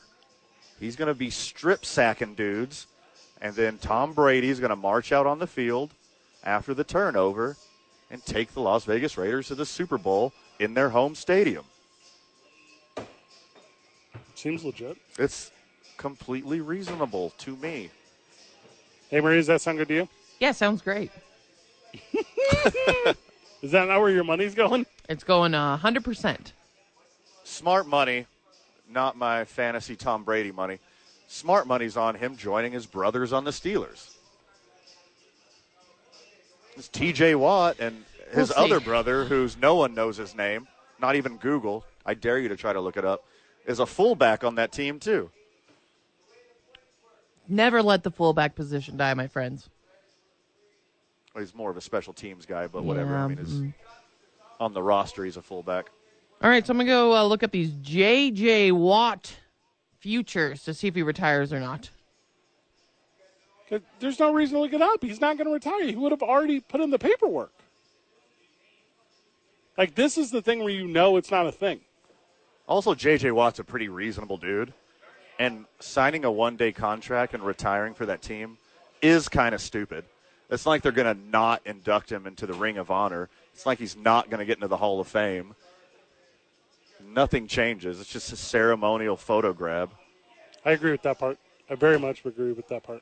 [SPEAKER 7] He's going to be strip sacking dudes, and then Tom Brady's going to march out on the field after the turnover and take the Las Vegas Raiders to the Super Bowl in their home stadium.
[SPEAKER 5] Seems legit.
[SPEAKER 7] It's completely reasonable to me.
[SPEAKER 5] Amory, does that sound good to you?
[SPEAKER 8] Yeah, sounds great.
[SPEAKER 5] Is that not where your money's going?
[SPEAKER 8] It's going uh, 100%.
[SPEAKER 7] Smart money, not my fantasy Tom Brady money. Smart money's on him joining his brothers on the Steelers. It's TJ Watt and his
[SPEAKER 8] We'll see.
[SPEAKER 7] other brother, who's no one knows his name, not even Google. I dare you to try to look it up. Is a fullback on that team too.
[SPEAKER 8] Never let the fullback position die, my friends.
[SPEAKER 7] Well, he's more of a special teams guy, but whatever. I
[SPEAKER 8] Yeah, mm-hmm.
[SPEAKER 7] mean, is on the roster, he's a fullback.
[SPEAKER 8] All right, so I'm gonna go uh, look up these J.J. Watt futures to see if he retires or not.
[SPEAKER 5] 'Cause There's no reason to look it up. He's not going to retire. He would have already put in the paperwork. Like, this is the thing where you know it's not a thing.
[SPEAKER 7] Also, JJ Watt's a pretty reasonable dude, and signing a one-day contract and retiring for that team is kind of stupid. It's not like they're going to not induct him into the Ring of Honor. It's like he's not going to get into the Hall of Fame. Nothing changes. It's just a ceremonial photo grab.
[SPEAKER 5] I agree with that part. I very much agree with that part.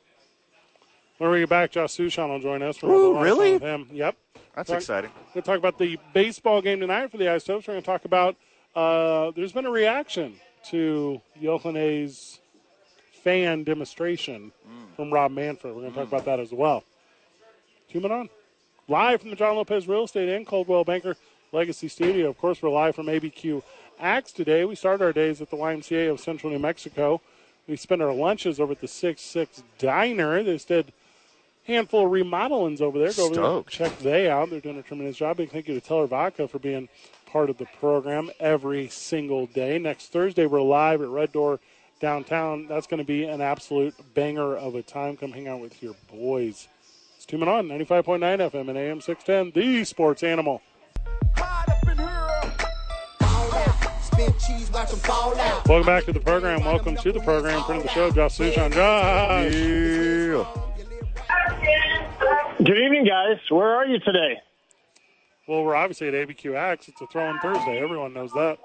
[SPEAKER 5] When we get back, Josh Sushan will join us. We're
[SPEAKER 7] Ooh,
[SPEAKER 5] gonna
[SPEAKER 7] really?
[SPEAKER 5] talk about Him. Yep.
[SPEAKER 7] That's
[SPEAKER 5] Talk-
[SPEAKER 7] exciting.
[SPEAKER 5] We're going to talk about the baseball game tonight for the Ice Topes. We're going to talk about uh, there's been a reaction to the Oakland A's fan demonstration from Rob Manfred. We're going to talk about that as well. Tune in on. Live from the John Lopez Real Estate and Coldwell Banker Legacy Studio. Of course, we're live from ABQ Axe today. We start our days at the YMCA of Central New Mexico. We spend our lunches over at the 6 6 Diner. They just did a handful of remodelings over there. Go over there,
[SPEAKER 7] Stoked.
[SPEAKER 5] check they out. They're doing a tremendous job. Big thank you to Teller Vodka for being part of the program every single day. Next Thursday, we're live at Red Door downtown. That's going to be an absolute banger of a time. Come hang out with your boys. It's Tuning On 95.9 FM and AM 610, the sports animal.
[SPEAKER 2] Hide up in here. Fall out. Spin cheese, watch 'em fall out.
[SPEAKER 5] Welcome back to the program. Welcome to the program. Friend of the show, Josh Sushan. Josh!
[SPEAKER 7] Yeah.
[SPEAKER 9] Good evening, guys. Where are you today?
[SPEAKER 5] Well, we're obviously at ABQ Axe. It's a throw-in Thursday. Everyone knows that.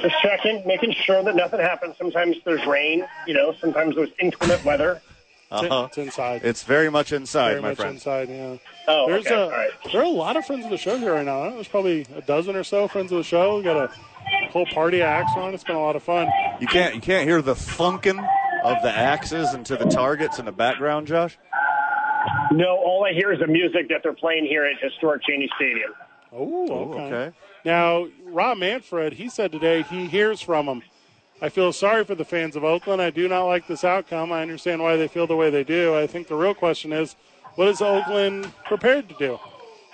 [SPEAKER 9] Just checking, making sure that nothing happens. Sometimes there's rain, you know, sometimes there's inclement weather.
[SPEAKER 5] It's, in- it's inside.
[SPEAKER 7] It's very much Uh-huh. inside,
[SPEAKER 5] very
[SPEAKER 7] my
[SPEAKER 5] much
[SPEAKER 7] friend.
[SPEAKER 5] inside. Yeah.
[SPEAKER 9] Oh,
[SPEAKER 5] There's
[SPEAKER 9] okay.
[SPEAKER 5] a
[SPEAKER 9] All right.
[SPEAKER 5] there are a lot of friends of the show here right now. I don't know, There's probably a dozen or so friends of the show. We got a whole party of acts on. It's been a lot of fun.
[SPEAKER 7] You can't you can't hear the thunking of the axes into the targets in the background, Josh.
[SPEAKER 9] No, all I hear is the music that they're playing here at historic Cheney Stadium.
[SPEAKER 5] Oh,
[SPEAKER 7] Oh,
[SPEAKER 5] okay.
[SPEAKER 7] okay.
[SPEAKER 5] Now, Rob Manfred, he said today he hears from them. I feel sorry for the fans of Oakland. I do not like this outcome. I understand why they feel the way they do. I think the real question is, what is Oakland prepared to do?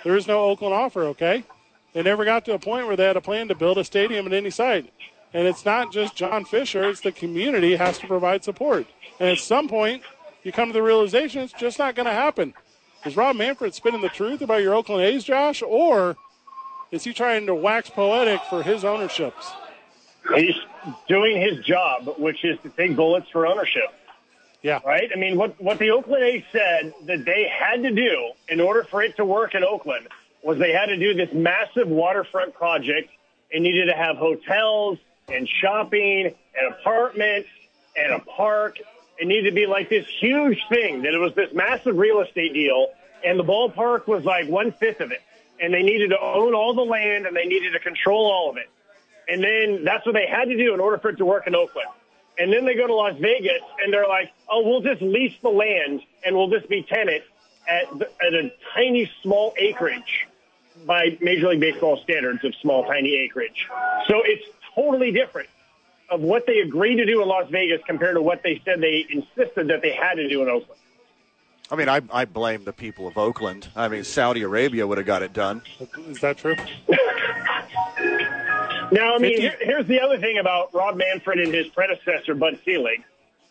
[SPEAKER 5] There is no Oakland offer, okay? They never got to a point where they had a plan to build a stadium at any site. And it's not just John Fisher, it's the community has to provide support. And at some point, you come to the realization it's just not going to happen. Is Rob Manfred spinning the truth about your Oakland A's, Josh, or is he trying to wax poetic for his ownerships?
[SPEAKER 9] He's doing his job, which is to take bullets for ownership.
[SPEAKER 5] Yeah.
[SPEAKER 9] Right? I mean, what, what the Oakland A's said that they had to do in order for it to work in Oakland was they had to do this massive waterfront project and needed to have hotels and shopping and apartments and a park. It needed to be like this huge thing that it was this massive real estate deal and the ballpark was like one fifth of it. And they needed to own all the land and they needed to control all of it. And then that's what they had to do in order for it to work in Oakland. And then they go to Las Vegas and they're like, oh, we'll just lease the land and we'll just be tenants at, the, at a tiny, small acreage by Major League Baseball standards of small, tiny acreage. So it's totally different of what they agreed to do in Las Vegas compared to what they said they insisted that they had to do in Oakland.
[SPEAKER 7] I mean, I, I blame the people of Oakland. I mean, Saudi Arabia would have got it done.
[SPEAKER 5] Is that true?
[SPEAKER 9] Now, I mean,
[SPEAKER 5] 50
[SPEAKER 9] here, here's the other thing about Rob Manfred and his predecessor, Bud Selig.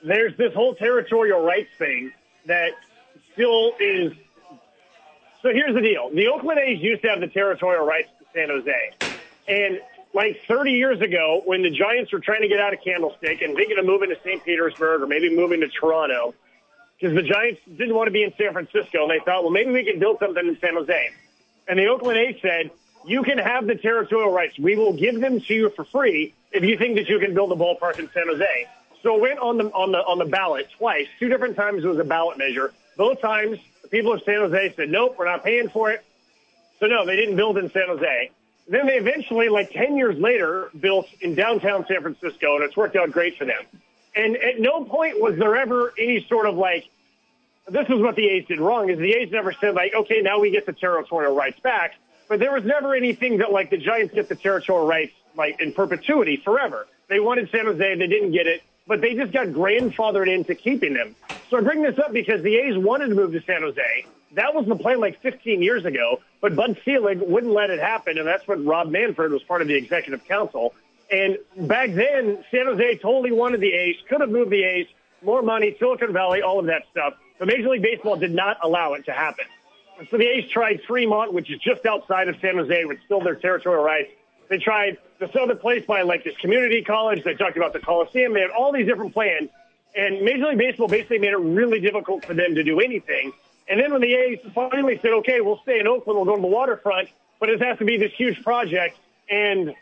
[SPEAKER 9] There's this whole territorial rights thing that still is. So here's the deal the Oakland A's used to have the territorial rights to San Jose. And like 30 years ago, when the Giants were trying to get out of Candlestick and thinking of moving to St. Petersburg or maybe moving to Toronto, because the Giants didn't want to be in San Francisco, and they thought, well, maybe we can build something in San Jose. And the Oakland A's said, you can have the territorial rights. We will give them to you for free if you think that you can build a ballpark in San Jose. So it went on the on the on the ballot twice, two different times. It was a ballot measure. Both times, the people of San Jose said, nope, we're not paying for it. So no, they didn't build in San Jose. Then they eventually, like 10 years later, built in downtown San Francisco, and it's worked out great for them. And at no point was there ever any sort of like, this is what the A's did wrong, is the A's never said like, okay, now we get the territorial rights back. But there was never anything that like the Giants get the territorial rights like in perpetuity forever. They wanted San Jose, they didn't get it, but they just got grandfathered into keeping them. So I bring this up because the A's wanted to move to San Jose. That was the plan like 15 years ago, but Bud Selig wouldn't let it happen, and that's when Rob Manfred was part of the executive council. And back then, San Jose totally wanted the A's, could have moved the A's, more money, Silicon Valley, all of that stuff. But Major League Baseball did not allow it to happen. And so the A's tried Fremont, which is just outside of San Jose, which is still their territorial rights. They tried this other place by like this community college. They talked about the Coliseum. They had all these different plans. And Major League Baseball basically made it really difficult for them to do anything. And then when the A's finally said, okay, we'll stay in Oakland, we'll go to the waterfront, but it has to be this huge project. And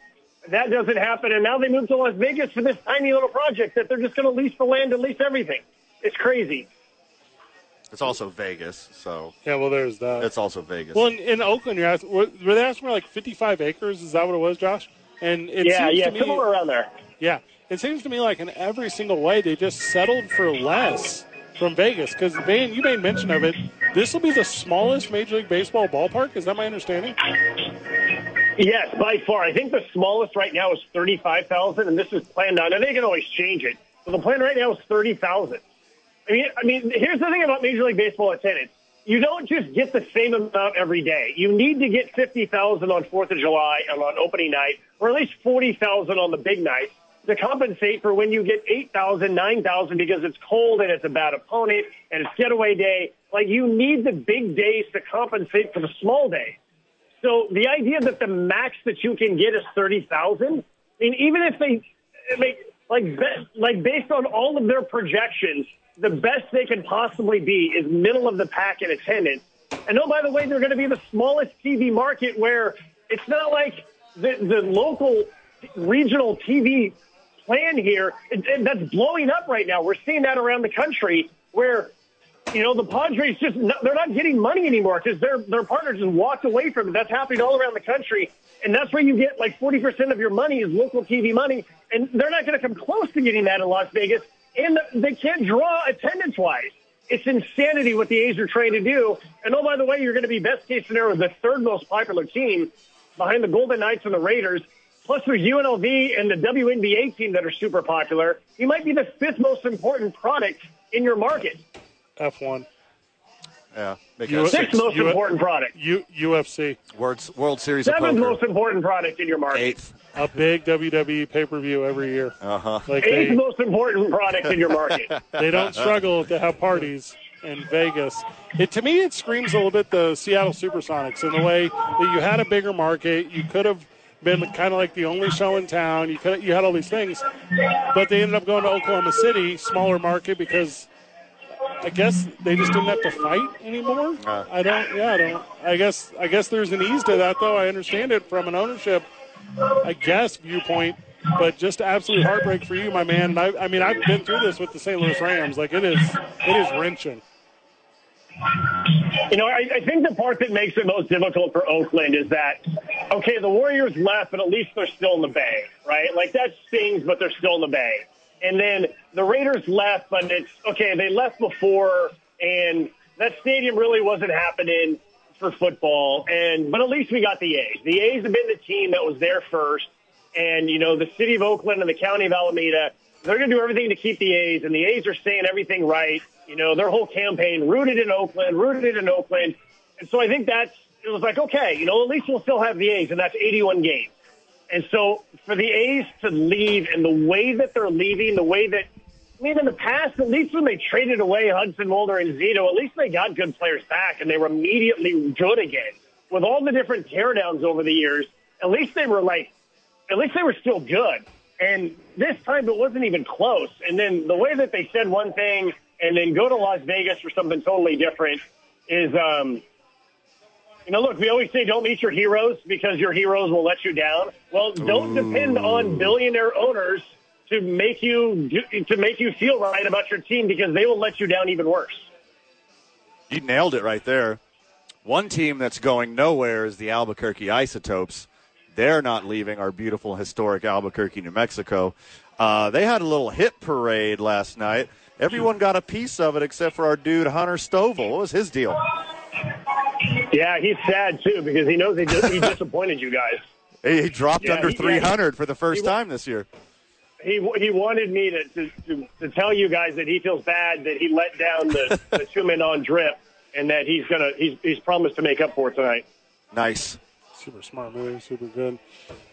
[SPEAKER 9] that doesn't happen. And now they moved to Las Vegas for this tiny little project that they're just going to lease the land and lease everything. It's crazy.
[SPEAKER 7] It's also Vegas, so
[SPEAKER 5] Yeah, well, there's that.
[SPEAKER 7] it's also Vegas.
[SPEAKER 5] well, in, in Oakland, you're asking, were, were they asking for like 55 acres? Is that what it was, Josh? And it
[SPEAKER 9] yeah,
[SPEAKER 5] seems
[SPEAKER 9] yeah,
[SPEAKER 5] to me,
[SPEAKER 9] somewhere around there.
[SPEAKER 5] yeah, it seems to me like in every single way they just settled for less from Vegas. Because Van, you made mention of it. This will be the smallest Major League Baseball ballpark. Is that my understanding?
[SPEAKER 9] Yes, by far. I think the smallest right now is 35,000, and this is planned on. And they can always change it. But the plan right now is 30,000. I mean, I mean, here's the thing about Major League Baseball attendance. You don't just get the same amount every day. You need to get 50,000 on 4th of July and on opening night, or at least 40,000 on the big night to compensate for when you get 8,000, 9,000 because it's cold and it's a bad opponent and it's getaway day. Like you need the big days to compensate for the small day. So the idea that the max that you can get is thirty thousand. I mean, even if they I mean, like be- like based on all of their projections, the best they can possibly be is middle of the pack in attendance. And oh, by the way, they're going to be the smallest TV market where it's not like the the local regional TV plan here. It, it- that's blowing up right now. We're seeing that around the country where You know, the Padres just, no- they're not getting money anymore because their, their partner just walked away from it. That's happening all around the country. And that's where you get like 40% of your money is local TV money. And they're not going to come close to getting that in Las Vegas. And the, they can't draw attendance wise. It's insanity what the A's are trying to do. And oh, by the way, you're going to be best case scenario, the third most popular team behind the Golden Knights and the Raiders. Plus, there's UNLV and the WNBA team that are super popular. You might be the fifth most important product in your market.
[SPEAKER 5] F one.
[SPEAKER 7] Yeah, make
[SPEAKER 5] You-
[SPEAKER 7] that
[SPEAKER 9] Sixth
[SPEAKER 7] six.
[SPEAKER 9] most
[SPEAKER 5] you-
[SPEAKER 9] important product.
[SPEAKER 5] U- UFC.
[SPEAKER 7] Words, World Series of
[SPEAKER 9] Seventh
[SPEAKER 7] Poker.
[SPEAKER 9] most important product in your market.
[SPEAKER 7] Eighth.
[SPEAKER 5] A big WWE pay per view every year.
[SPEAKER 7] Uh huh.
[SPEAKER 5] Like
[SPEAKER 9] Eighth
[SPEAKER 5] they,
[SPEAKER 9] most important product in your market.
[SPEAKER 5] they don't struggle to have parties in Vegas. It to me it screams a little bit the Seattle SuperSonics in the way that you had a bigger market, you could have been kind of like the only show in town. You could you had all these things, but they ended up going to Oklahoma City, smaller market because I guess they just didn't have to fight anymore.
[SPEAKER 7] Uh.
[SPEAKER 5] I don't. Yeah, I don't. I guess I guess there's an ease to that though. I understand it from an ownership, I guess viewpoint. But just absolute heartbreak for you, my man. And I, I mean, I've been through this with the St. Louis Rams. Like it is, it is wrenching.
[SPEAKER 9] You know, I, I think the part that makes it most difficult for Oakland is that, okay, the Warriors left, but at least they're still in the Bay, right? Like that stings, but they're still in the Bay. And then the Raiders left, but it's okay, they left before, and that stadium really wasn't happening for football. And but at least we got the A's. The A's have been the team that was there first, and you know the city of Oakland and the county of Alameda. They're going to do everything to keep the A's, and the A's are saying everything right. You know, their whole campaign rooted in Oakland, rooted in Oakland. And so I think that's, it was like, okay, you know, at least we'll still have the A's, and that's 81 games. And so for the A's to leave and the way that they're leaving, the way that, I mean, in the past, at least when they traded away Hudson Mulder and Zito, at least they got good players back and they were immediately good again. With all the different teardowns over the years, at least they were like, at least they were still good. And this time it wasn't even close. And then the way that they said one thing and then go to Las Vegas for something totally different is, um, you know, look, we always say don't meet your heroes because your heroes will let you down. Well, don't depend on billionaire owners to make you do, to make you feel right about your team because they will let you down even worse.
[SPEAKER 7] You nailed it right there. One team that's going nowhere is the Albuquerque Isotopes. They're not leaving our beautiful, historic Albuquerque, New Mexico. Uh, they had a little hit parade last night. Everyone got a piece of it except for our dude Hunter Stovall. What was his deal?
[SPEAKER 9] Yeah, he's sad too because he knows he, dis- he disappointed you guys.
[SPEAKER 7] He, he dropped
[SPEAKER 9] Yeah,
[SPEAKER 7] under
[SPEAKER 9] he- yeah,
[SPEAKER 7] 300 for the first
[SPEAKER 9] he wa-
[SPEAKER 7] time this year.
[SPEAKER 9] He he wanted me to to, to, to tell you guys that he feels bad that he let down the, the two men on drip and that he's gonna he's he's promised to make up for it tonight.
[SPEAKER 7] Nice.
[SPEAKER 5] Super smart move, super good.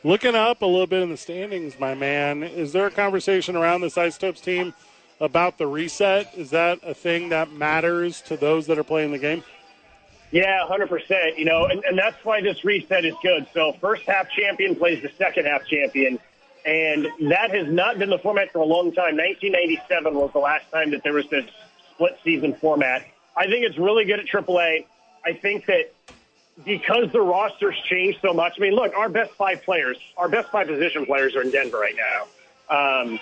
[SPEAKER 5] Looking up a little bit in the standings, my man. Is there a conversation around this Isotopes team about the reset? Is that a thing that matters to those that are playing the game?
[SPEAKER 9] Yeah, hundred percent. You know, and, and that's why this reset is good. So first half champion plays the second half champion, and that has not been the format for a long time. 1997 was the last time that there was this split season format. I think it's really good at AAA. I think that because the rosters changed so much. I mean, look, our best five players, our best five position players are in Denver right now. Um,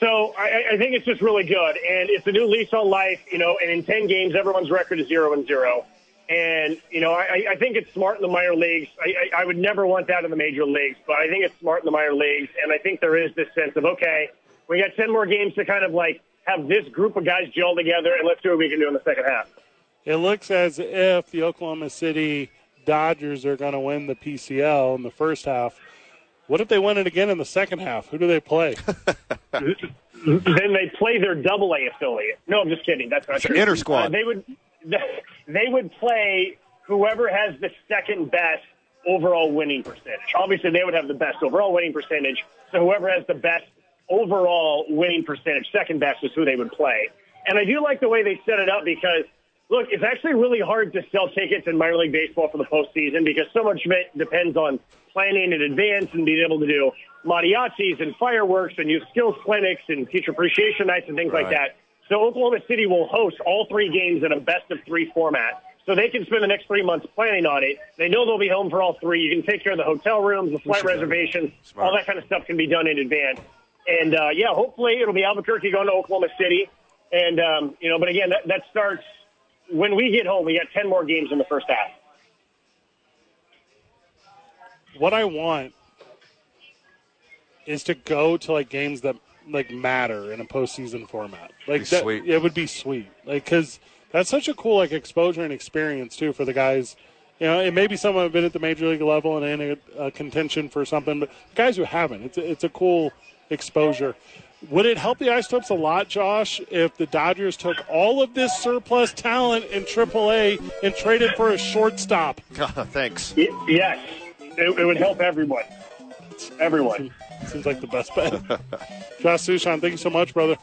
[SPEAKER 9] so I, I- I think it's just really good, and it's a new lease on life. You know, and in ten games, everyone's record is zero and zero. And you know, I, I- I think it's smart in the minor leagues. I, I, I would never want that in the major leagues, but I think it's smart in the minor leagues. And I think there is this sense of okay, we got ten more games to kind of like have this group of guys gel together, and let's see what we can do in the second half.
[SPEAKER 5] It looks as if the Oklahoma City Dodgers are going to win the PCL in the first half. What if they win it again in the second half? Who do they play?
[SPEAKER 9] then they play their double A affiliate. No, I'm just kidding. That's not
[SPEAKER 7] It's an
[SPEAKER 9] true.
[SPEAKER 7] inner squad.
[SPEAKER 9] Uh, they would *laughs* they would play whoever has the second best overall winning percentage. Obviously, they would have the best overall winning percentage. So whoever has the best overall winning percentage, second best, is who they would play. And I do like the way they set it up because. Look, it's actually really hard to sell tickets in minor league baseball for the postseason because so much of it depends on planning in advance and being able to do mariachis and fireworks and youth skills clinics and teacher appreciation nights and things like
[SPEAKER 7] Right.
[SPEAKER 9] that. So Oklahoma City will host all three games in a best of three format. So they can spend the next three months planning on it. They know they'll be home for all three. You can take care of the hotel rooms, the flight
[SPEAKER 7] should go.
[SPEAKER 9] reservations,
[SPEAKER 7] Smart.
[SPEAKER 9] all that kind of stuff can be done in advance. And uh, yeah, hopefully it'll be Albuquerque going to Oklahoma City. And, um, you know, but again, that, that starts when we get home. We got 10 more games in the first half.
[SPEAKER 5] What I want is to go to like games that like matter in a postseason format. Like
[SPEAKER 7] Be
[SPEAKER 5] that,
[SPEAKER 7] sweet.
[SPEAKER 5] it would be sweet. Like because that's such a cool like exposure and experience too for the guys. You know, it may be someone who've been at the major league level and in a, a contention for something, but guys who haven't, it's a, it's a cool exposure. Would it help the Ice Tops a lot, Josh, if the Dodgers took all of this surplus talent in AAA and traded for a shortstop?
[SPEAKER 7] Thanks.
[SPEAKER 9] Y- yes, it, it would help everyone. Everyone.
[SPEAKER 5] Seems like the best bet. *laughs* Josh Sushan, thank you so much, brother.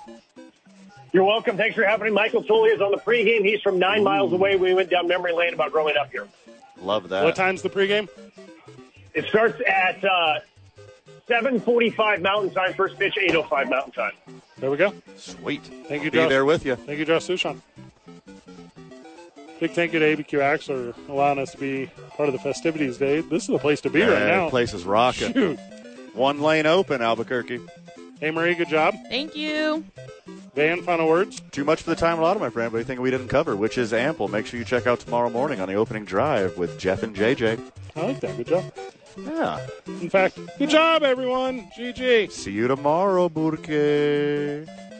[SPEAKER 9] You're welcome. Thanks for having me. Michael Tully is on the pregame. He's from nine miles away. We went down memory lane about growing up here.
[SPEAKER 7] Love that.
[SPEAKER 5] What time's the pregame?
[SPEAKER 9] It starts at uh, 7:45 Mountain Time. First pitch, 8:05 Mountain Time.
[SPEAKER 5] There we go.
[SPEAKER 7] Sweet.
[SPEAKER 5] Thank you,
[SPEAKER 7] Be
[SPEAKER 5] Josh.
[SPEAKER 7] there with you.
[SPEAKER 5] Thank you, Josh Sushan. Big thank you to ABQ Axe for allowing us to be part of the festivities day. This is the place to be right
[SPEAKER 7] Yeah,
[SPEAKER 5] now. *laughs*
[SPEAKER 7] Place is rocking.
[SPEAKER 5] Shoot.
[SPEAKER 7] One lane open, Albuquerque.
[SPEAKER 5] Hey, Marie, good job.
[SPEAKER 8] Thank you.
[SPEAKER 5] Van, final words.
[SPEAKER 7] Too much for the time allotted, my friend, but anything we didn't cover, which is ample. Make sure you check out tomorrow morning on the opening drive with Jeff and JJ.
[SPEAKER 5] I like that. Good job.
[SPEAKER 7] Yeah.
[SPEAKER 5] In fact, good job, everyone. GG.
[SPEAKER 7] See you tomorrow, Burke.